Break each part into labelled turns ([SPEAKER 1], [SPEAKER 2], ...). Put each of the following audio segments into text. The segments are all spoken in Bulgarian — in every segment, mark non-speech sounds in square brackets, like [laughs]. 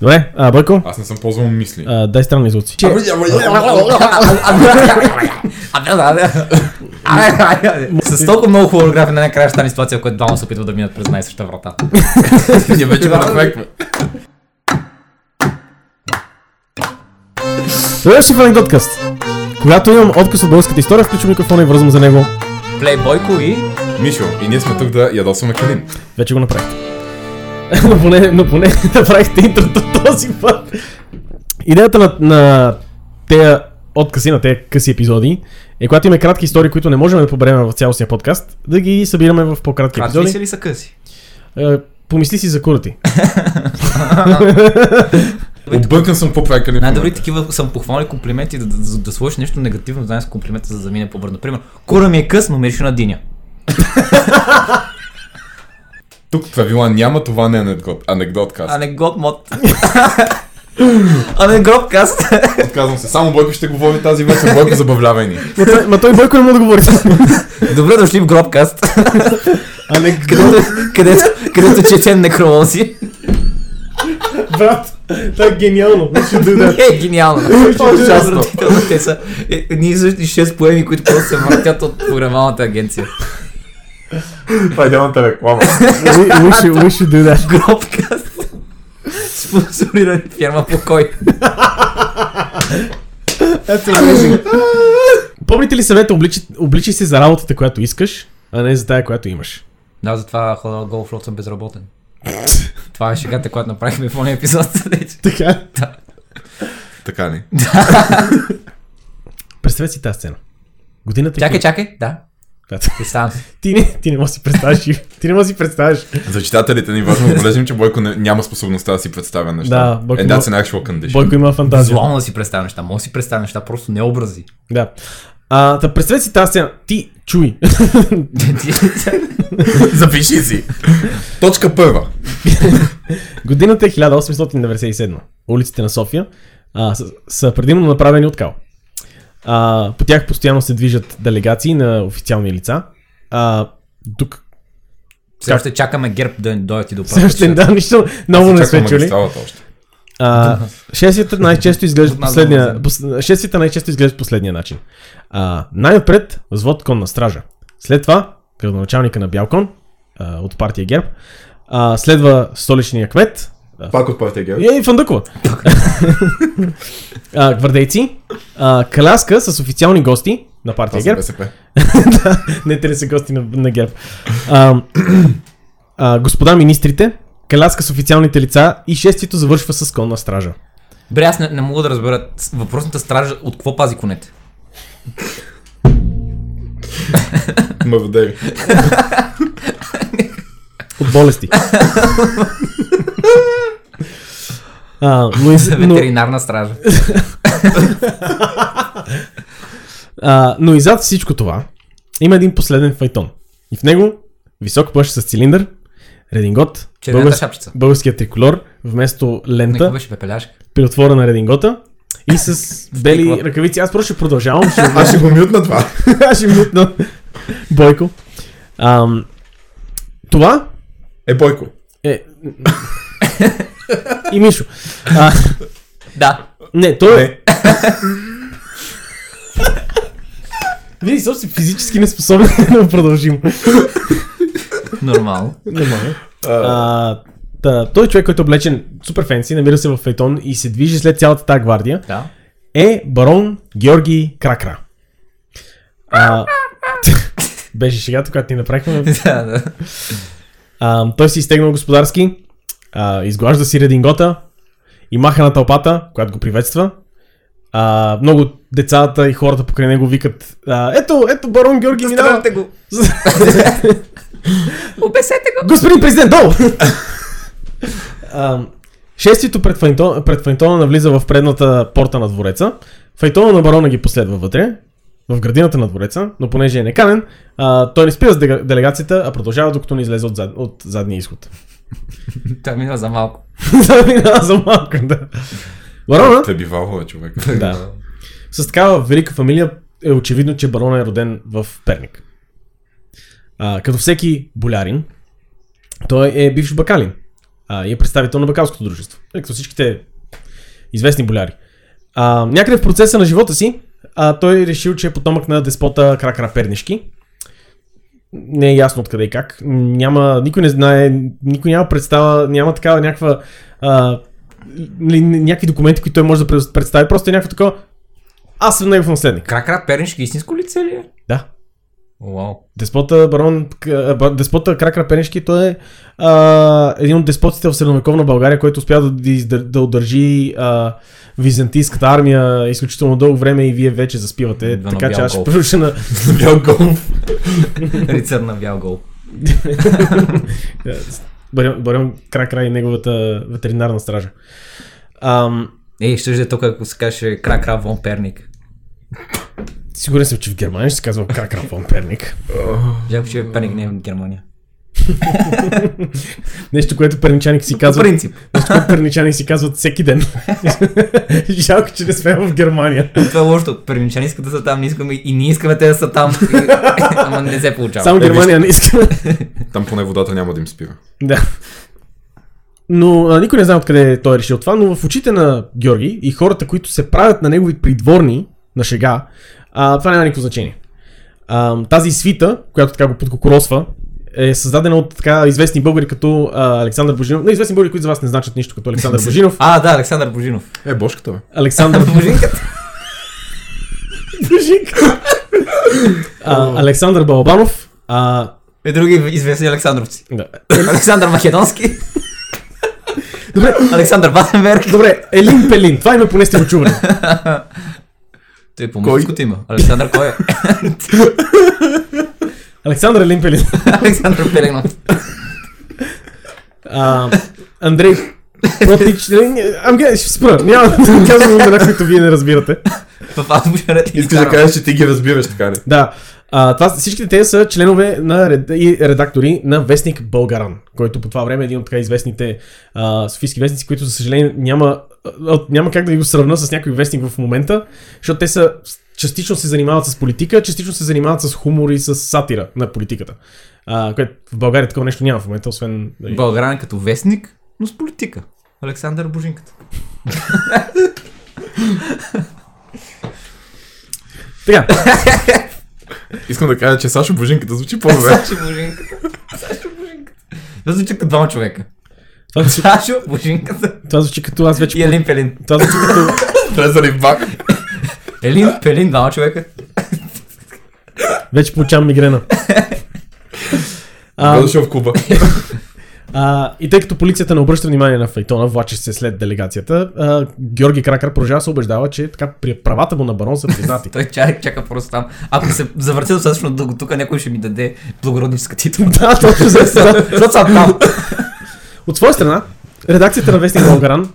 [SPEAKER 1] Добре, а, Бойко,
[SPEAKER 2] Аз не съм ползвал мисли.
[SPEAKER 1] а, дай странни звуци.
[SPEAKER 3] С толкова много хореографи на накрая ще стане ситуация, в която двама се опитват да минат през най-съща врата.
[SPEAKER 2] Ние вече го направихме.
[SPEAKER 1] Следващи в анекдоткаст. Когато имам отказ от българската история, включвам микрофона и връзвам за него.
[SPEAKER 3] Плей Бойко и...
[SPEAKER 2] Мишо, и ние сме тук да ядосваме Калин.
[SPEAKER 1] Вече го направихте. [laughs] но поне, но поне [laughs] направихте интрото този път. Идеята на, на тези откази, на тези къси епизоди, е когато има кратки истории, които не можем да поберем в цялостния подкаст, да ги събираме в по-кратки
[SPEAKER 3] Кратки
[SPEAKER 1] епизоди.
[SPEAKER 3] си ли са къси?
[SPEAKER 1] Е, помисли си за курати.
[SPEAKER 2] Объркан съм какво прави Калин. в
[SPEAKER 3] Най-добри
[SPEAKER 2] момента.
[SPEAKER 3] такива съм похвални комплименти, да, да, да сложиш нещо негативно, знаеш комплимента, за да мине по-бързо. Например, кура ми е къс, но мирише на диня.
[SPEAKER 2] Тук правила няма, това не е анекдот. Анекдот
[SPEAKER 3] А
[SPEAKER 2] каст.
[SPEAKER 3] не гот [laughs] мод. А не гроб каст.
[SPEAKER 2] Отказвам се. Само Бойко ще говори тази вечер. Бойко забавлявай ни.
[SPEAKER 1] Ма той, ма той Бойко не му
[SPEAKER 3] [laughs]
[SPEAKER 1] отговори.
[SPEAKER 3] Добре дошли в гробкаст.
[SPEAKER 1] а не
[SPEAKER 3] където, където, където четем некролози.
[SPEAKER 1] брат. Това е гениално.
[SPEAKER 3] е [laughs] гениално. Отвратително те са. е, Едни и същи 6 поеми, които просто се въртят от програмалната агенция.
[SPEAKER 2] [laughs] Това е идеалната реклама.
[SPEAKER 1] We should, we should do that.
[SPEAKER 3] Гробкаст. Спонсориран от фирма Покой.
[SPEAKER 1] Помните ли съвета, обличи, обличи се за работата, която искаш, а не за тая, която имаш.
[SPEAKER 3] Да, затова хода от Голфлот съм безработен. Това е шегата, която направихме в мония епизод.
[SPEAKER 1] Така.
[SPEAKER 2] Така ли?
[SPEAKER 1] Представете си тази сцена. Годината...
[SPEAKER 3] чакай, чакай. Да, представям се.
[SPEAKER 1] [laughs] Ти не, ти не можеш да си представиш. Иво. Ти не можеш да си представиш.
[SPEAKER 2] За читателите ни е важно да отбележим, че Бойко не, няма способността да си представя
[SPEAKER 1] Да,
[SPEAKER 2] неща. е
[SPEAKER 1] Бойко
[SPEAKER 2] And that's
[SPEAKER 1] има-
[SPEAKER 2] an actual condition.
[SPEAKER 1] Бойко има фантазия.
[SPEAKER 3] Визуално да си представя неща. Мога да си представя неща, просто не образи. [laughs]
[SPEAKER 1] Да. А, да представете си тази сцена. Ти чуй.
[SPEAKER 2] [laughs]
[SPEAKER 1] [laughs]
[SPEAKER 2] Запиши си. Точка първа.
[SPEAKER 1] Годината е 1897. Улиците на София а, са, са предимно направени от кал. А, по тях постоянно се движат делегации на официални лица. А, тук [laughs]
[SPEAKER 3] Все още чакаме ГЕРБ да ни дойдат и до
[SPEAKER 1] все още да, нищо ново не сме
[SPEAKER 2] Чакам
[SPEAKER 1] чули.
[SPEAKER 2] магистралата още.
[SPEAKER 3] [laughs]
[SPEAKER 1] А, шестията най-често изглежда
[SPEAKER 3] От нас да
[SPEAKER 1] последния,
[SPEAKER 3] го
[SPEAKER 1] пос, шестията най-често изглежда последния начин. А, най-напред взвод кон на стража. След това градоначалника на Бялкон а, от партия ГЕРБ. А, следва столичния кмет. А,
[SPEAKER 2] Пак от партия Георги.
[SPEAKER 1] е, и
[SPEAKER 3] [laughs]
[SPEAKER 1] Фандъкова. а, гвардейци. А, каляска с официални гости на партия ГЕРБ.
[SPEAKER 2] БСП.
[SPEAKER 1] Не, те не са гости на, на ГЕРБ. А, [clears throat] а, господа министрите, каляска с официалните лица и шестието завършва с конна стража.
[SPEAKER 3] Бре, аз не, не мога да разбера с- въпросната стража от какво пази конете.
[SPEAKER 2] Мавдеви.
[SPEAKER 1] От болести. а, но, из, но,
[SPEAKER 3] Ветеринарна стража.
[SPEAKER 1] а, но и зад всичко това има един последен файтон. И в него висок плъш с цилиндър, редингот,
[SPEAKER 3] Червената шапчица.
[SPEAKER 1] българският триколор вместо
[SPEAKER 3] Никога
[SPEAKER 1] лента
[SPEAKER 3] беше пепеляшка.
[SPEAKER 1] при отвора на редингота и с бели
[SPEAKER 3] Стъкла.
[SPEAKER 1] ръкавици. Аз просто ще продължавам. Ще, [laughs]
[SPEAKER 2] Аз ще го мютна това.
[SPEAKER 1] аз ще мутна. Бойко. Ам, това
[SPEAKER 2] Е, Бойко.
[SPEAKER 1] е... и Мишо. А,
[SPEAKER 3] Да.
[SPEAKER 1] не, то е...
[SPEAKER 2] Не.
[SPEAKER 1] Вие изобщо си физически неспособен [laughs] да продължим.
[SPEAKER 3] Нормално.
[SPEAKER 1] Не мога. А, та, той човек, който е облечен супер фенси, намира се в Фейтон и се движи след цялата тази гвардия,
[SPEAKER 3] Да.
[SPEAKER 1] е барон Георги Кракра. А, [laughs] беше шегата, която ни направихме.
[SPEAKER 3] Да, да.
[SPEAKER 1] А, той се изтегнал господарски, а, изглажда си редингота и маха на тълпата, която го приветства. А, много от децата и хората покрай него викат а, Ето, ето барон Георги минава! [laughs]
[SPEAKER 3] Стрелете го. Обесете го.
[SPEAKER 1] Господин президент, долу! [laughs] Ам, Шестито пред, Файтон, пред Файтона навлиза в предната порта на двореца. Файтона на барона ги последва вътре, в градината на двореца, но понеже е неканен, а, той не спира с дега- делегацията, а продължава докато не излезе от, зад, от задния изход. [laughs]
[SPEAKER 3] Той минава за малко.
[SPEAKER 1] Заминава за малко, да. Барона,
[SPEAKER 2] Те бивало, е [laughs] човек.
[SPEAKER 1] да. С такава велика фамилия е очевидно, че барона е роден в Перник. А, като всеки болярин, той е бивш бакалин. а, и е представител на Бакалското дружество. Нали, Като всичките известни боляри. А, някъде в процеса на живота си, а, той е решил, че е потомък на деспота Кракра Пернишки. Не е ясно откъде и как. Няма, никой не знае, никой няма представа, няма такава някаква а, нали, някакви документи, които той може да пред- представи. Просто е някакво такова. Аз съм негов наследник.
[SPEAKER 3] Кракра Пернишки истинско лице ли е?
[SPEAKER 1] Да.
[SPEAKER 3] Вау.
[SPEAKER 1] Деспота Барон, к- ба- деспота Кракра Пенешки, той е а, един от деспотите в средновековна България, който успя да, да, издър- да удържи а, византийската армия изключително дълго време и вие вече заспивате.
[SPEAKER 3] Да, на
[SPEAKER 1] така че
[SPEAKER 3] бял
[SPEAKER 1] аз ще
[SPEAKER 3] гол.
[SPEAKER 1] пруша на...
[SPEAKER 2] Бял голф.
[SPEAKER 3] Рицар на бял гол.
[SPEAKER 1] е, Барон, барон Кракра и неговата ветеринарна стража. Ам,
[SPEAKER 3] Ей, ще да е тук, ако се каже Кракра Вон Перник.
[SPEAKER 1] сигурен съм, че в Германия ще се казва Кракра фон Перник.
[SPEAKER 3] Жалко, че Перник не е в Германия.
[SPEAKER 1] Нещо, което перничаник си
[SPEAKER 3] По
[SPEAKER 1] казва.
[SPEAKER 3] принцип.
[SPEAKER 1] Нещо, което перничани си казват всеки
[SPEAKER 3] [laughs]
[SPEAKER 1] ден. Жалко, че не сме в Германия.
[SPEAKER 3] Това е лошото. Перничани искат да са там, не искаме и ние искаме те да са [laughs] там. Ама не се получава.
[SPEAKER 1] Само Германия не иска.
[SPEAKER 2] Там поне водата няма да им спира.
[SPEAKER 1] Да. Но а, никой не знае откъде той е решил това, но в очите на Георги и хората, които се правят на негови придворни на шега, а, това няма никакво значение. А, тази свита, която така го подкокоросва, е създадена от така известни българи като а, Александър Божинов. Не, известни българи, които за вас не значат нищо, като Александър Божинов,
[SPEAKER 3] А, да, Александър Божинов.
[SPEAKER 2] Е, бошката, бе.
[SPEAKER 1] Александър
[SPEAKER 3] Божинката.
[SPEAKER 1] Божинка, а, Александър Балабанов, а,
[SPEAKER 3] И други известни Александровци.
[SPEAKER 1] да.
[SPEAKER 3] Александър Македонски.
[SPEAKER 1] Добре,
[SPEAKER 3] Александър Батенберг.
[SPEAKER 1] добре, Елин Пелин, това име поне сте го чували.
[SPEAKER 3] Той по мъжкото има.
[SPEAKER 2] [laughs]
[SPEAKER 3] Александър кой е?
[SPEAKER 1] Александър Елин Пелин.
[SPEAKER 3] Александър Пеленов.
[SPEAKER 1] А, Андрей Протич... не, не, Ам Ами, ге, ще спра. Няма да казвам имена, които вие не разбирате.
[SPEAKER 3] В азбучен ред.
[SPEAKER 2] Искаш да кажеш, че ти ги разбираш, така ли?
[SPEAKER 1] Да. А, това, всичките те са членове на ред... и редактори на вестник Българан, който по това време е един от така известните а, софийски вестници, които за съжаление няма, а, а, няма как да го сравна с някой вестник в момента, защото те са частично се занимават с политика, частично се занимават с хумор и с сатира на политиката. А, което в България такова нещо няма в момента, освен... нали,
[SPEAKER 3] Българан като вестник, но с политика. Александър Божинката.
[SPEAKER 1] Така,
[SPEAKER 2] [laughs] Искам да кажа, че Сашо Божинката звучи [laughs] по-добре.
[SPEAKER 3] [laughs] Сашо Божинката. Сашо Божинката. Това звучи като двама човека.
[SPEAKER 1] това, звучи-
[SPEAKER 3] Сашо Божинката
[SPEAKER 1] това звучи като аз
[SPEAKER 3] и
[SPEAKER 1] вече...
[SPEAKER 3] Елин Пелин.
[SPEAKER 1] Това звучи като...
[SPEAKER 2] Влезали в бак.
[SPEAKER 3] Елин Пелин, двама човека.
[SPEAKER 1] Вече получавам мигрена.
[SPEAKER 2] Добре
[SPEAKER 1] А,
[SPEAKER 2] дошъл в клуба.
[SPEAKER 1] а, и тъй като полицията не обръща внимание на Файтона, влачи се след делегацията, а, Георги Кракър продължава да се убеждава, че така при- правата му на барон са
[SPEAKER 3] [laughs]
[SPEAKER 1] признати. [laughs]
[SPEAKER 3] Той чака, чака просто там. Ако се завъртя достатъчно дълго тук, някой ще ми даде благородническа титла.
[SPEAKER 1] да, точно за това.
[SPEAKER 3] Защото съм там.
[SPEAKER 1] От своя страна, редакцията на Вестник Българан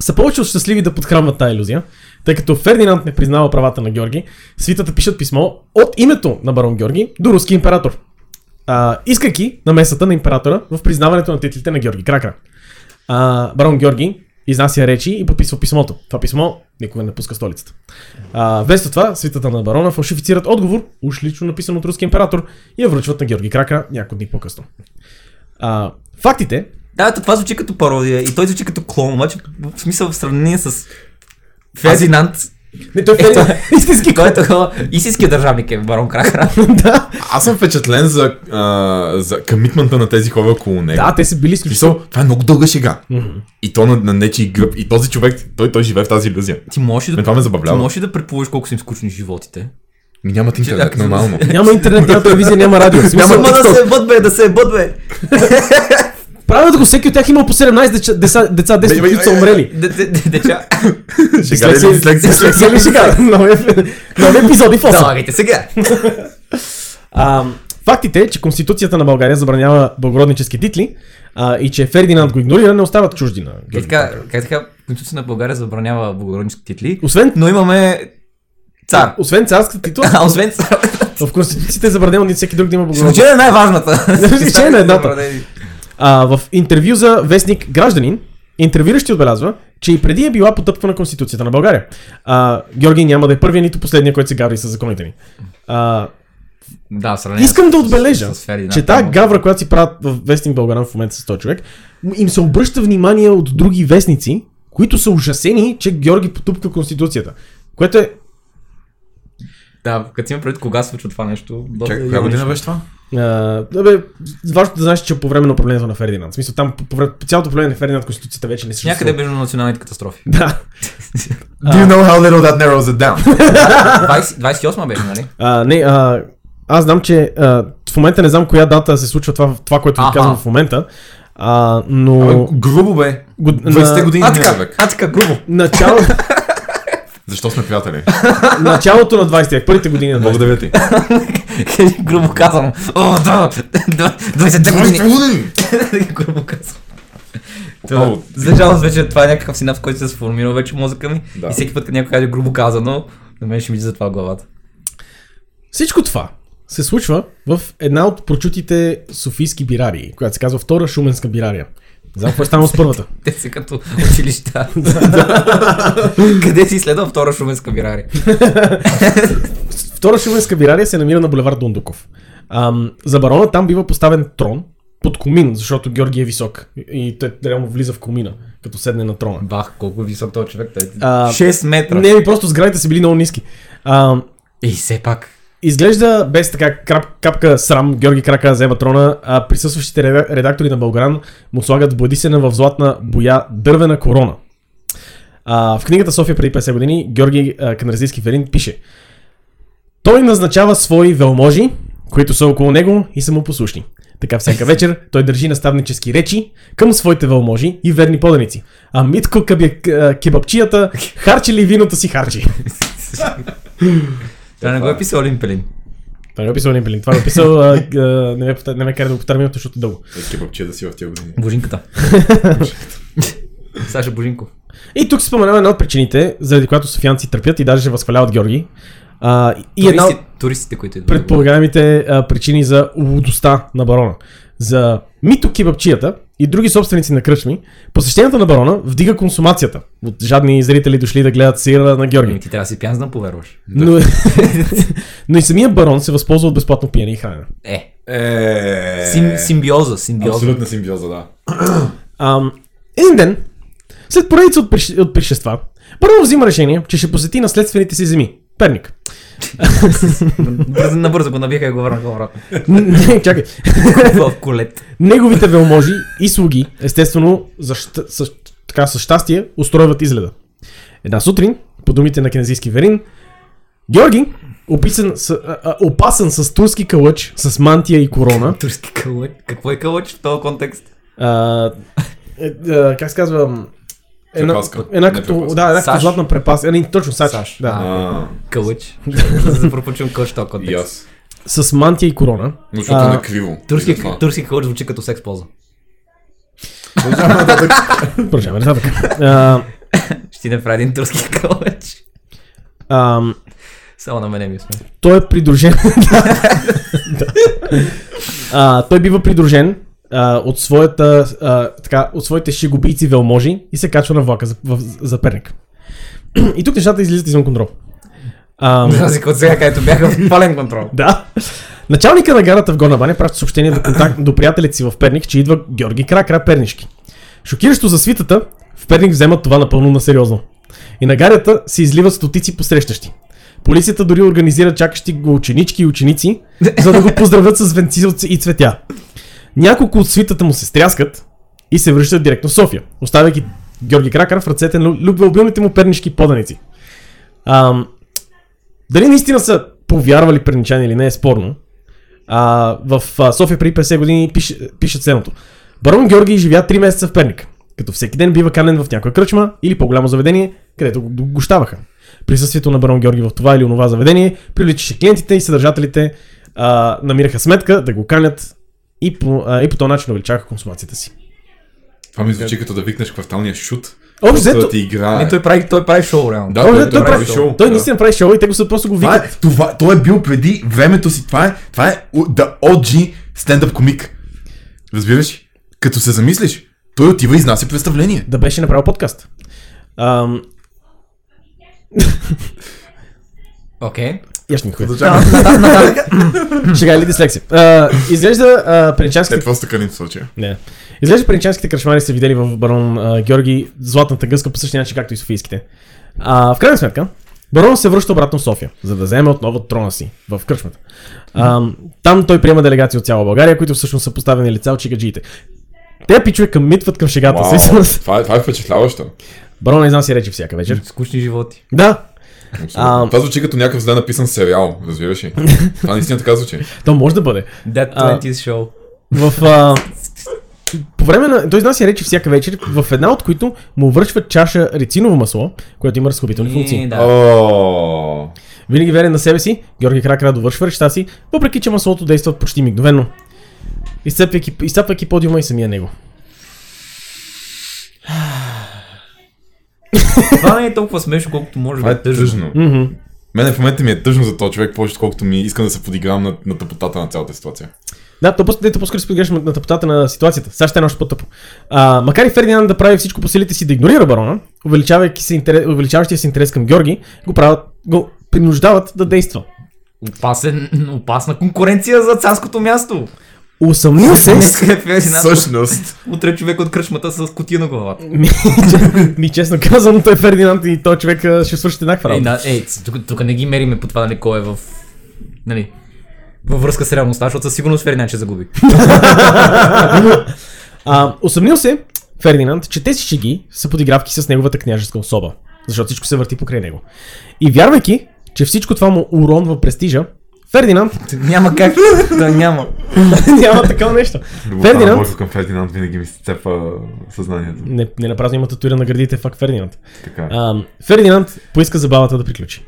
[SPEAKER 1] са повече от щастливи да подхранват тази иллюзия, тъй като Фердинанд не признава правата на Георги, свитата пишат писмо от името на барон Георги до руски император, а, искайки намесата на императора в признаването на титлите на Георги Кракра. А, барон Георги изнася речи и подписва писмото. Това писмо никога не пуска столицата. А, вместо това, свитата на барона фалшифицират отговор, уж лично написан от руски император, и я връчват на Георги Кракра няколко дни по-късно. А, фактите,
[SPEAKER 3] Да, ето това звучи като пародия и той звучи като клон, обаче в смисъл в сравнение с Фердинанд.
[SPEAKER 1] Не, той е
[SPEAKER 3] Ето,
[SPEAKER 1] Фердинанд.
[SPEAKER 3] истински, който е такова- истинският държавник е барон Кракра.
[SPEAKER 1] да.
[SPEAKER 2] [laughs] Аз съм впечатлен за, а, за комитмента на тези хора около него.
[SPEAKER 1] да, те са били изключително.
[SPEAKER 2] Писал, това е много дълга шега. И то на, на нечи гръб. И този човек, той, той живее в тази иллюзия.
[SPEAKER 3] Ти можеш ли
[SPEAKER 2] Мен
[SPEAKER 3] да,
[SPEAKER 2] това ме
[SPEAKER 3] ти
[SPEAKER 2] забавлява.
[SPEAKER 3] можеш ли да предположиш колко са им скучни животите?
[SPEAKER 2] Ми нямат интернет,
[SPEAKER 3] Чакай, за-
[SPEAKER 2] нормално.
[SPEAKER 1] Няма интернет, няма телевизия, няма радио. В Смисъл,
[SPEAKER 3] Ама да се бъд, бе, да се бъд, бе!
[SPEAKER 1] правилното го всеки от тях имал по 17 деца, деца, деца
[SPEAKER 2] Бе,
[SPEAKER 1] 10,
[SPEAKER 2] бе,
[SPEAKER 1] които са
[SPEAKER 2] бе, бе.
[SPEAKER 1] умрели.
[SPEAKER 3] Де- де- де- Деча.
[SPEAKER 2] Шега ли е дислексия?
[SPEAKER 1] Сега ли сега? Нови нови епизоди в 8.
[SPEAKER 3] Залагайте сега!
[SPEAKER 1] А, фактите, е, че Конституцията на България забранява благороднически титли а, и че Фердинанд го игнорира, не остават чужди на
[SPEAKER 3] Е,
[SPEAKER 1] Георги.
[SPEAKER 3] така, как така, Конституция на България забранява благороднически титли,
[SPEAKER 1] Освен,
[SPEAKER 3] но имаме цар.
[SPEAKER 1] освен царската титла,
[SPEAKER 3] А освен цар,
[SPEAKER 1] в Конституцията е забранено ни всеки друг да има благородни
[SPEAKER 3] случайно е най-важната.
[SPEAKER 1] Случайно е едната.
[SPEAKER 3] Забранени.
[SPEAKER 1] А, в интервю за вестник Гражданин, интервюиращи отбелязва, че и преди е била потъпквана Конституцията на България. А, Георги няма да е първия, нито последния, който се гаври с законите ни. А,
[SPEAKER 3] Да, в сравнение
[SPEAKER 1] Искам да
[SPEAKER 3] с-
[SPEAKER 1] отбележа,
[SPEAKER 3] с Фердинанд,
[SPEAKER 1] че тази
[SPEAKER 3] ама-
[SPEAKER 1] гавра, която си правят в вестник Българан в момента с 100 човек, м- им се обръща внимание от други вестници, които са ужасени, че Георги потупка Конституцията. Което е...
[SPEAKER 3] Да, като има предвид кога се случва това нещо. доста е
[SPEAKER 2] Чакай, коя
[SPEAKER 3] иронично.
[SPEAKER 2] година беше това?
[SPEAKER 1] А, да бе, важно да знаеш, че по време на управлението на Фердинанд. В смисъл, там по, по, време- по цялото време на Фердинанд Конституцията вече не съществува.
[SPEAKER 3] Някъде между националните катастрофи.
[SPEAKER 1] Да.
[SPEAKER 2] Do you know how little that narrows it down?
[SPEAKER 3] 20 28 беше, нали?
[SPEAKER 1] А, не, а, аз знам, че а, в момента не знам коя дата се случва това, това което ви
[SPEAKER 3] Аха.
[SPEAKER 1] казвам в момента. А, но...
[SPEAKER 2] Грубо бе.
[SPEAKER 1] Год-
[SPEAKER 2] 20-те години
[SPEAKER 3] А
[SPEAKER 2] на
[SPEAKER 3] така,
[SPEAKER 2] човек.
[SPEAKER 3] а така, грубо.
[SPEAKER 1] Начало, [laughs]
[SPEAKER 2] Защо сме приятели?
[SPEAKER 1] началото на 20 те първите години на 20
[SPEAKER 2] Благодаря ти.
[SPEAKER 3] [laughs] грубо казано. О, да, да,
[SPEAKER 2] Е,
[SPEAKER 3] 20 години. [laughs] грубо казано. Това,
[SPEAKER 2] О,
[SPEAKER 3] за жалост вече това е някакъв синапс, който се е сформирал вече в мозъка ми.
[SPEAKER 2] Да.
[SPEAKER 3] И всеки път, като някой каже грубо казано, на мен ще ми за това главата. [laughs]
[SPEAKER 1] Всичко това се случва в една от прочутите софийски бирарии, която се казва Втора шуменска бирария. Не знам какво е станало с първата.
[SPEAKER 3] Те са като училища.
[SPEAKER 1] [laughs]
[SPEAKER 3] [laughs] Къде си следва втора шуменска бирария?
[SPEAKER 1] Втора шуменска бирария се намира на булевард Дундуков. Ам, за барона там бива поставен трон под комин, защото Георги е висок и той реално влиза в комина, като седне на трона.
[SPEAKER 3] Бах, колко е висок този човек. Той...
[SPEAKER 1] А,
[SPEAKER 3] 6 метра.
[SPEAKER 1] Не, ми просто сградите са били много ниски. Ам,
[SPEAKER 3] И все пак.
[SPEAKER 1] Изглежда без така крап, капка срам Георги Крака взема трона, а присъстващите реда- редактори на Българан му слагат бладисена в златна боя дървена корона. А, в книгата София преди 50 години Георги а, Канарзийски Ферин пише Той назначава свои велможи, които са около него и са му послушни. Така всяка вечер той държи наставнически речи към своите велможи и верни поданици. А Митко кабя, а, кебапчията харчи ли виното си харчи.
[SPEAKER 3] Трябва не го е писал Олин Пелин.
[SPEAKER 1] Това не е описал Олимпилин. Това е описал... а, а, не, ме, повтар- не ме кара да го повтарям името, защото е дълго.
[SPEAKER 2] Кипъпче да си в тия години.
[SPEAKER 1] [laughs]
[SPEAKER 3] Божинката. Саша Божинков.
[SPEAKER 1] И тук си споменаваме една от причините, заради която софианци търпят и даже се възхваляват Георги. А, и една от
[SPEAKER 3] Туристи, туристите, които идват. да го-
[SPEAKER 1] предполагаемите а, причини за лудостта на барона. За Мито Кебапчията и други собственици на кръчми, посещението на барона вдига консумацията от жадни зрители дошли да гледат сира на Георги.
[SPEAKER 3] Ами Ти трябва да си пиян, за да повярваш.
[SPEAKER 1] Но, [laughs] но и самия барон се възползва от безплатно пиене и хранене.
[SPEAKER 3] Е,
[SPEAKER 2] Е,
[SPEAKER 3] сим, симбиоза, симбиоза.
[SPEAKER 2] Абсолютна симбиоза, да.
[SPEAKER 1] Ам, един ден, след поредица от, приш... от пришества, първо взима решение, че ще посети наследствените си земи.
[SPEAKER 2] [laughs]
[SPEAKER 1] Перник.
[SPEAKER 3] Бързо, набързо го набиха и го върнаха обратно.
[SPEAKER 1] Н- Не, чакай.
[SPEAKER 3] В колет.
[SPEAKER 1] Неговите велможи и слуги, естествено, за щ... с... така със щастие, устройват изгледа. Една сутрин, по думите на кенезийски верин, Георги, описан с... а, а, опасен с турски кълъч, с мантия и корона,
[SPEAKER 3] Турски кълъч. Какво е кълъч в този контекст?
[SPEAKER 1] а, е, е, как се казва, една,
[SPEAKER 2] Препаска.
[SPEAKER 1] една
[SPEAKER 2] Не
[SPEAKER 1] като,
[SPEAKER 2] препаска.
[SPEAKER 1] да, една като
[SPEAKER 3] Саш.
[SPEAKER 1] златна препаска, Е, не, точно сач,
[SPEAKER 3] Саш.
[SPEAKER 1] Да.
[SPEAKER 2] А,
[SPEAKER 3] Кълъч. За да пропочвам кълъч в този
[SPEAKER 2] И
[SPEAKER 3] контекст.
[SPEAKER 2] аз.
[SPEAKER 1] с мантия и корона.
[SPEAKER 2] Но защото е
[SPEAKER 1] А,
[SPEAKER 2] на криво.
[SPEAKER 3] Турски,
[SPEAKER 2] Това.
[SPEAKER 3] турски кълъч звучи като секс поза.
[SPEAKER 1] Продължаваме нататък. А,
[SPEAKER 3] Ще ти направи един турски [laughs] кълъч.
[SPEAKER 1] а,
[SPEAKER 3] Само на мене ми е смешно.
[SPEAKER 1] той е придружен. [laughs] Да. А, той бива придружен а, от, своята, а, така, от своите шигубийци велможи и се качва на влака за, в, за Перник. [clears throat] И тук нещата излизат извън контрол. Ам,
[SPEAKER 3] За Разлика от сега, където бяха в пален контрол.
[SPEAKER 1] Ами, Да. Началника на гарата в Горнабаня праща съобщение до, контакт, до приятелите си в Перник, че идва Георги Кракра Пернишки. Шокиращо за свитата, в Перник вземат това напълно на сериозно. И на гарата се изливат стотици посрещащи. Полицията дори организира чакащи го ученички и ученици, за да го поздравят с венци от- и цветя. Няколко от свитата му се стряскат и се връщат директно в София, оставяйки Георги Кракар в ръцете на любвеобилните му пернишки поданици. Ам, дали наистина са повярвали перничани или не е спорно. А, в а, София преди 50 години пише, пишат следното. Барон Георги живя 3 месеца в Перник, като всеки ден бива канен в някоя кръчма или по-голямо заведение, където го го гощаваха. Присъствието на барон Георги в това или онова заведение привличаше клиентите и съдържателите а, намираха сметка да го канят и по, а, и по този начин увеличаваха консумацията си.
[SPEAKER 2] Това ми звучи като да викнеш кварталния шут.
[SPEAKER 1] Общо
[SPEAKER 2] Просто
[SPEAKER 1] взето-
[SPEAKER 2] да ти играе.
[SPEAKER 3] Не, Ами, той прави, той прави шоу, реално.
[SPEAKER 2] Да,
[SPEAKER 1] Той,
[SPEAKER 2] той,
[SPEAKER 1] той, той, прави,
[SPEAKER 2] прави шоу.
[SPEAKER 1] той
[SPEAKER 2] да.
[SPEAKER 1] наистина прави шоу и те го са просто го
[SPEAKER 2] Това
[SPEAKER 1] викат.
[SPEAKER 2] е, това, той е бил преди времето си. Това е, това е у- да OG стендъп комик. Разбираш? ли? Като се замислиш, той отива и изнася представление.
[SPEAKER 1] Да беше направил подкаст. Ам,
[SPEAKER 3] Окей.
[SPEAKER 1] Яшник.
[SPEAKER 2] Продължаваме.
[SPEAKER 1] Шега или дислексия. А, изглежда а,
[SPEAKER 2] Те
[SPEAKER 1] пренчанските...
[SPEAKER 2] просто каним в случая.
[SPEAKER 1] Не. Изглежда пренчанските кръчмари са видели в барон а, Георги златната гъска по същия начин, както и софийските. А, в крайна сметка, барон се връща обратно в София, за да вземе отново трона си в кръчмата. А, там той приема делегации от цяла България, които всъщност са поставени лица от чикаджиите. Те пичове към митват към шегата си. с-
[SPEAKER 2] това, е, това е впечатляващо.
[SPEAKER 1] Барон не знам си речи всяка вечер.
[SPEAKER 3] Скучни животи.
[SPEAKER 1] Да,
[SPEAKER 2] Абсолютно. Това звучи като някакъв зле написан сериал, разбираш
[SPEAKER 3] [laughs]
[SPEAKER 2] ли? Това наистина така звучи.
[SPEAKER 1] то може да бъде.
[SPEAKER 3] That
[SPEAKER 1] А.
[SPEAKER 3] 20 show.
[SPEAKER 1] В. А, по време на. Той си речи всяка вечер, в една от които му връчват чаша рециново масло, което има разхлабителни функции.
[SPEAKER 3] Е, да.
[SPEAKER 2] О,
[SPEAKER 1] Винаги верен на себе си, Георги Кракра довършва речта си, въпреки че маслото действа почти мигновено. Изцепвайки, изцепвайки подиума и самия него.
[SPEAKER 3] Това не е толкова смешно, колкото може
[SPEAKER 2] това
[SPEAKER 3] да
[SPEAKER 2] е
[SPEAKER 3] е тъжно.
[SPEAKER 2] тъжно. Мене в момента ми е тъжно за този човек, повече колкото ми искам да се подигравам на, на тъпотата на цялата ситуация.
[SPEAKER 1] Да, то просто, дето по-скоро споделяш на тъпотата на ситуацията. Сега ще е нещо по-тъпо. А, макар и Фердинанд да прави всичко по силите си да игнорира барона, увеличавайки се интерес, увеличаващия се интерес към Георги, го правят, го принуждават да действа.
[SPEAKER 3] Опасен, опасна конкуренция за царското място.
[SPEAKER 1] Усъмнил се,
[SPEAKER 3] Днес е Фердинанд,
[SPEAKER 2] Същност.
[SPEAKER 3] утре човек от кръчмата с котия на главата.
[SPEAKER 1] Ми, че- ми честно казвам, той е Фердинанд и той човек а, ще свършат еднаква
[SPEAKER 3] Ей,
[SPEAKER 1] работа.
[SPEAKER 3] да, ей, тук, тук не ги мериме по това, нали, кой е в... Нали, във връзка с реалността, защото със сигурност Фердинанд ще загуби.
[SPEAKER 1] А, усъмнил се Фердинанд, че тези шеги са подигравки с неговата княжеска особа, защото всичко се върти покрай него. И вярвайки, че всичко това му уронва престижа, Фердинанд [laughs]
[SPEAKER 3] няма как да няма.
[SPEAKER 1] няма такова нещо. Фердинанд
[SPEAKER 4] Любовта към Фердинанд винаги ми се цепа съзнанието.
[SPEAKER 1] не, не напразно има татуира на градите, факт Фердинанд.
[SPEAKER 4] Така. е.
[SPEAKER 1] А, Фердинанд поиска забавата да приключи.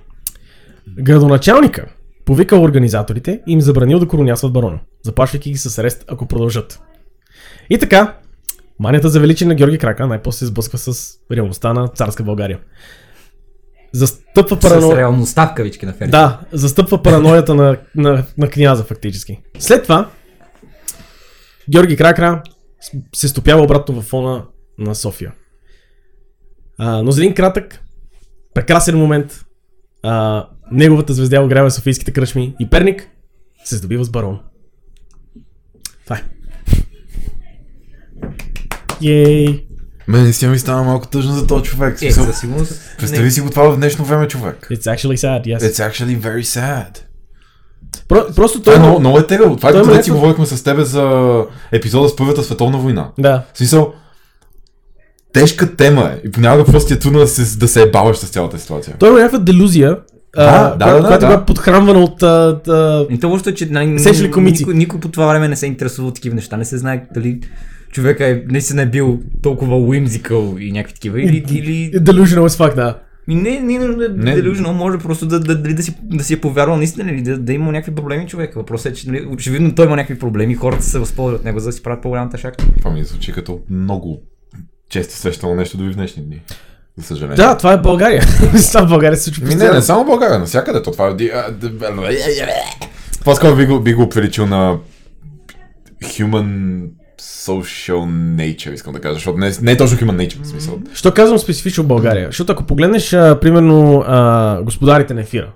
[SPEAKER 1] Градоначалника повикал организаторите и им забранил да коронясват барона, заплашвайки ги с арест, ако продължат. И така, манията за величие на Георги Крака най-после се сблъсква с реалността на царска България. Застъпва
[SPEAKER 3] С
[SPEAKER 1] парано...
[SPEAKER 3] реалността в кавички на Фердинанд.
[SPEAKER 1] Да, застъпва параноята на, на, на княза фактически. След това, Георги Кракра с- се стопява обратно в фона на София. А, но за един кратък, прекрасен момент, а, неговата звезда огрява софийските кръчми и Перник се здобива с барон. Това е. Ей!
[SPEAKER 2] Мене си ми стана малко тъжно за този човек.
[SPEAKER 3] Е,
[SPEAKER 2] Смисъл,
[SPEAKER 3] със сигурност.
[SPEAKER 2] Представи си го това в днешно време, човек.
[SPEAKER 1] It's actually sad, yes.
[SPEAKER 2] It's actually very sad.
[SPEAKER 1] Про, просто
[SPEAKER 2] Това
[SPEAKER 1] той...
[SPEAKER 2] е много, много е тегаво. Това е
[SPEAKER 1] Той
[SPEAKER 2] като
[SPEAKER 1] има
[SPEAKER 2] да си
[SPEAKER 1] някаква-
[SPEAKER 2] говорихме с тебе за епизода с Първата световна война.
[SPEAKER 1] Да.
[SPEAKER 2] В смисъл, тежка тема е. И понякога просто ти е трудно да се, да се е баваш с цялата ситуация.
[SPEAKER 1] Той има някаква делюзия, а,
[SPEAKER 2] Да, да,
[SPEAKER 1] коя-
[SPEAKER 2] да, да,
[SPEAKER 1] която
[SPEAKER 2] да.
[SPEAKER 1] бе подхранвана от... а, а,
[SPEAKER 3] И то лошото е, че най-
[SPEAKER 1] Сеш ли комици?
[SPEAKER 3] никой, никой по това време не се интересува от такива неща. Не се знае дали човека е, наистина е бил толкова whimsical и някакви такива. Или, или...
[SPEAKER 1] Delusional as fuck, да.
[SPEAKER 3] Ми не, не е нужно да е
[SPEAKER 2] Не.
[SPEAKER 3] делюжно, може просто да, да, дали да, си, да си е повярвал наистина или да, да има някакви проблеми човека. Въпросът е, че нали, очевидно той има някакви проблеми, хората се възползват от него, за да си правят по-голямата шака.
[SPEAKER 2] Това ми звучи като много често срещано нещо дори в днешни дни. За съжаление.
[SPEAKER 1] Да, това е България. [laughs] Там в България се случва
[SPEAKER 2] Ми не, не
[SPEAKER 1] постоянно.
[SPEAKER 2] само в България, навсякъде. То това е... По-скоро би го, би го приличил на human social nature, искам да кажа, защото не, не е точно human nature, в смисъл.
[SPEAKER 1] Що казвам специфично България? Защото ако погледнеш, а, примерно, а, господарите на ефира.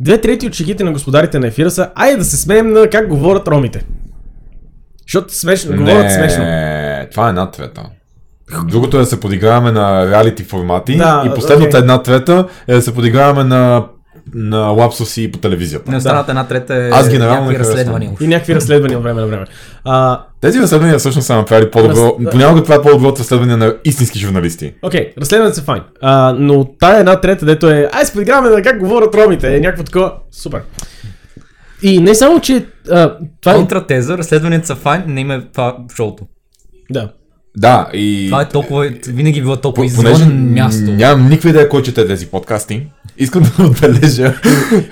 [SPEAKER 1] Две трети от шегите на господарите на ефира са Айде да се смеем на как говорят ромите. Защото смешно, говорят смешно.
[SPEAKER 2] Не, това е една трета. Другото е да се подиграваме на реалити формати
[SPEAKER 1] Да,
[SPEAKER 2] и последната
[SPEAKER 1] окей.
[SPEAKER 2] една трета е да се подиграваме на, на лапсуси по телевизията.
[SPEAKER 3] Не останата една трета е
[SPEAKER 2] Аз генерално не
[SPEAKER 3] някакви
[SPEAKER 2] харесвам.
[SPEAKER 3] разследвания.
[SPEAKER 1] И някакви разследвания от време на време. А,
[SPEAKER 2] Тези разследвания всъщност са направили по-добро,
[SPEAKER 1] Раз-
[SPEAKER 2] понякога това е по-добро от разследвания на истински журналисти.
[SPEAKER 1] Окей, okay, разследването се файн. А, но тая една трета, дето е, ай, се подиграваме на как говорят ромите, е някакво такова, супер. И не само, че а, това е...
[SPEAKER 3] Контратеза, разследванията са файн, не има това в шоуто.
[SPEAKER 1] Да.
[SPEAKER 2] Да, и...
[SPEAKER 3] Това е толкова, винаги е било толкова
[SPEAKER 2] По-
[SPEAKER 3] извън място.
[SPEAKER 2] нямам никаква идея кой чете тези подкасти, искам [laughs] да отбележа,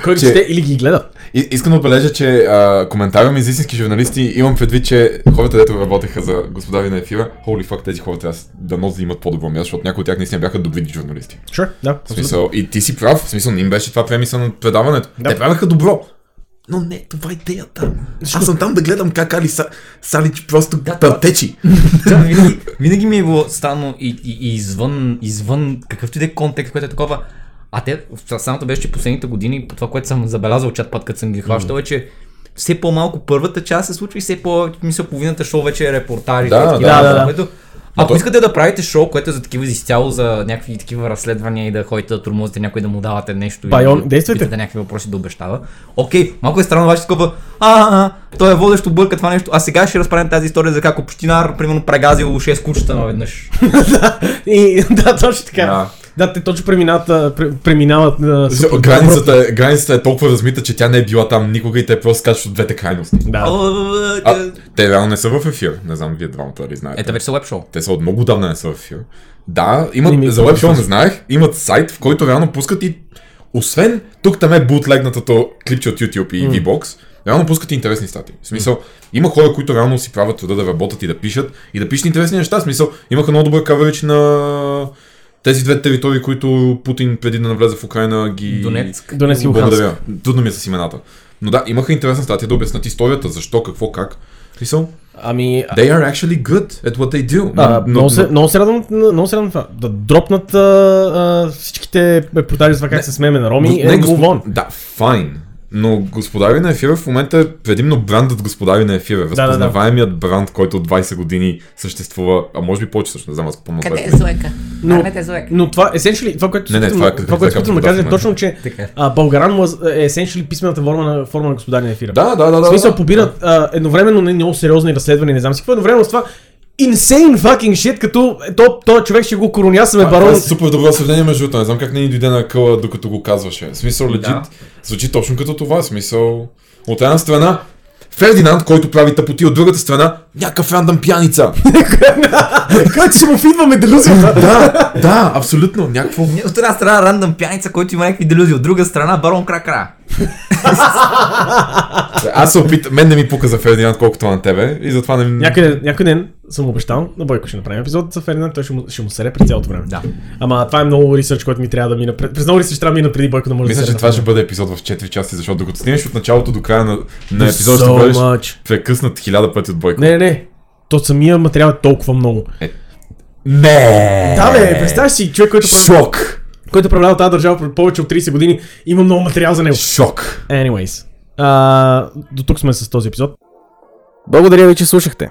[SPEAKER 1] Кой ги
[SPEAKER 2] че-
[SPEAKER 1] чете или ги гледа.
[SPEAKER 2] И, искам да отбележа, че а, коментаря ми за истински журналисти имам предвид, че хората, дето работеха за господари на ефира, holy fuck, тези хора трябва да носи да имат по-добро място, защото някои от тях наистина бяха добри журналисти.
[SPEAKER 1] Sure, да.
[SPEAKER 2] В смисъл, и ти си прав, в смисъл, не им беше това премиса на предаването.
[SPEAKER 1] Да.
[SPEAKER 2] Те правяха добро. Но не, това е идеята. Аз съм там да гледам как Али Са, Салич просто да, търтечи.
[SPEAKER 3] Да, винаги, винаги ми е било странно и, и, и извън, извън какъвто и да е контекст, който е такова. А те, самото беше, че последните години, по това, което съм забелязал чат път, като съм ги хващал, е, че все по-малко първата част се случва и все по мисля, половината шоу вече е репортажи.
[SPEAKER 2] Да,
[SPEAKER 3] такива,
[SPEAKER 1] да, да, да.
[SPEAKER 3] което-
[SPEAKER 2] то-
[SPEAKER 3] Ако искате да правите шоу, което е за такива изцяло за някакви такива разследвания и да ходите да турмозите някой да му давате нещо
[SPEAKER 1] Байон,
[SPEAKER 3] и да
[SPEAKER 1] действайте.
[SPEAKER 3] питате някакви въпроси да обещава. Окей, малко е странно обаче такова. А, а, а, той е водещо бърка това нещо. А сега ще разправим тази история за как общинар, примерно, прегазил 6 кучета наведнъж.
[SPEAKER 1] И, [laughs] да, точно така. Да,
[SPEAKER 2] Да.
[SPEAKER 1] те точно преминават, а, пре- преминават а,
[SPEAKER 2] Мисля,
[SPEAKER 1] супер-
[SPEAKER 2] Границата, е- границата е толкова размита, че тя не е била там никога и те просто скачат от двете крайности.
[SPEAKER 1] Да.
[SPEAKER 2] А, те реално не са в ефир. Не знам вие двамата дали знаете.
[SPEAKER 3] Ето вече са веб шоу.
[SPEAKER 2] Те са от много давна не са в ефир. Да,
[SPEAKER 1] Не ми е
[SPEAKER 2] имат, за
[SPEAKER 1] хубаво,
[SPEAKER 2] веб шоу не знаех, имат сайт, в който реално пускат и освен тук там е бутлегнатото клипче от YouTube и V-Box, реално пускат и интересни статии. В смисъл, има хора, които реално си правят труда да работят и да пишат и да пишат интересни неща. В смисъл, имаха много добър каверич на тези две територии, които Путин преди да навлезе в Украина ги...
[SPEAKER 3] Донецк.
[SPEAKER 1] Донеси Луханск.
[SPEAKER 2] Благодаря. Трудно ми е с имената. Но да, имаха интересна статия да обяснат историята, защо, какво, как. В Смисъл,
[SPEAKER 1] Ами, а-
[SPEAKER 2] they are actually good at what they do.
[SPEAKER 1] а,
[SPEAKER 2] Но- но-
[SPEAKER 1] много, се, много се радвам, на- много се радвам на това. Да дропнат а, а, всичките портали за това как се смеме на Роми.
[SPEAKER 2] Го-
[SPEAKER 1] Е,
[SPEAKER 2] госпо-
[SPEAKER 1] мувон.
[SPEAKER 2] Да, файн. Но господари на ефира в момента е предимно брандът господари на ефира.
[SPEAKER 1] да.
[SPEAKER 2] Разпознаваемият бранд, който от 20 години съществува, а може би повече също, не знам, аз помня.
[SPEAKER 5] Къде е Зоека?
[SPEAKER 1] Но-
[SPEAKER 5] Но... Армете Зоека.
[SPEAKER 1] Но това, essentially, това, което
[SPEAKER 2] Не, не,
[SPEAKER 1] се
[SPEAKER 2] това е
[SPEAKER 1] опитвам-
[SPEAKER 2] като-
[SPEAKER 1] това, което се
[SPEAKER 2] така,
[SPEAKER 1] опитвам да
[SPEAKER 2] като
[SPEAKER 1] кажа, е
[SPEAKER 2] документ.
[SPEAKER 1] точно, че
[SPEAKER 3] Така.
[SPEAKER 1] а, Българан му е essentially писмената форма на, форма на господарния ефира.
[SPEAKER 2] Да, да, да.
[SPEAKER 1] В смисъл,
[SPEAKER 2] да, да.
[SPEAKER 1] побират а, едновременно не много сериозни разследвания, не знам си какво, едновременно с това insane fucking shit, като е, то, този човек ще го коронясаме
[SPEAKER 2] Това
[SPEAKER 1] барон.
[SPEAKER 2] е супер добро сравнение между другото. Не знам как не ни дойде на къла, докато го казваше. В смисъл, легит,
[SPEAKER 3] Да.
[SPEAKER 2] звучи точно като това. В смисъл, от една страна, Фердинанд, който прави тъпоти, от другата страна, някакъв рандъм
[SPEAKER 1] [laughs]
[SPEAKER 2] пияница.
[SPEAKER 1] Който си му фидваме делюзията.
[SPEAKER 2] да, да, абсолютно, някакво.
[SPEAKER 3] От една страна рандъм пяница, който има някакви делюзии, от друга страна барон кракра.
[SPEAKER 2] Аз се опитам, мен не ми пука за Фердинанд, колкото на тебе, и затова не...
[SPEAKER 1] Някъде, някой ден съм обещал на Бойко ще направим епизод за Фердинанд, той ще му, ще му сере през цялото време.
[SPEAKER 3] Да.
[SPEAKER 1] Ама това е много ресърч, който ми трябва да мина. пред- През много ресърч трябва да мина преди Бойко да може
[SPEAKER 2] Мисля,
[SPEAKER 1] да
[SPEAKER 2] че
[SPEAKER 1] се
[SPEAKER 2] това ще бъде епизод в 4 части, защото докато снимаш от началото до края на, на епизода, ще
[SPEAKER 1] so
[SPEAKER 2] бъдеш
[SPEAKER 1] much.
[SPEAKER 2] прекъснат хиляда пъти от Бойко.
[SPEAKER 1] Не, не, не. То самия материал е толкова много.
[SPEAKER 2] не.
[SPEAKER 1] Да, бе, представяш си човек, който, прав...
[SPEAKER 2] Шок!
[SPEAKER 1] който управлява тази държава пред повече от 30 години, има много материал за него.
[SPEAKER 2] Шок!
[SPEAKER 1] Anyways, а, до тук сме с този епизод. Благодаря ви, че слушахте.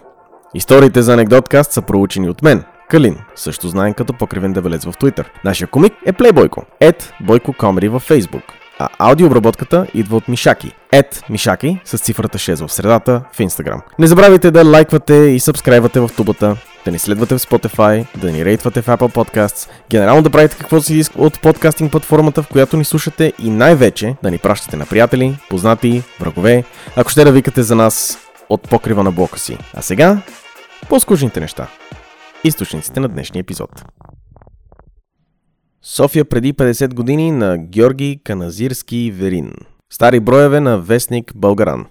[SPEAKER 1] Историите за анекдоткаст са проучени от мен, Калин, също знаем като покривен дебелец в Twitter. Нашия комик е Playboyko, at Бойко Comedy във Facebook. А аудиообработката идва от Мишаки, at Мишаки с цифрата 6 в средата в Instagram. Не забравяйте да лайквате и сабскрайбвате в тубата, да ни следвате в Spotify, да ни рейтвате в Apple Podcasts, генерално да правите каквото си иска от подкастинг платформата, в която ни слушате и най-вече да ни пращате на приятели, познати, врагове, ако ще да викате за нас от покрива на блока си. А сега, по-скучните неща. Източниците на днешния епизод. София преди 50 години на Георги Каназирски Верин. Стари броеве на вестник Българан.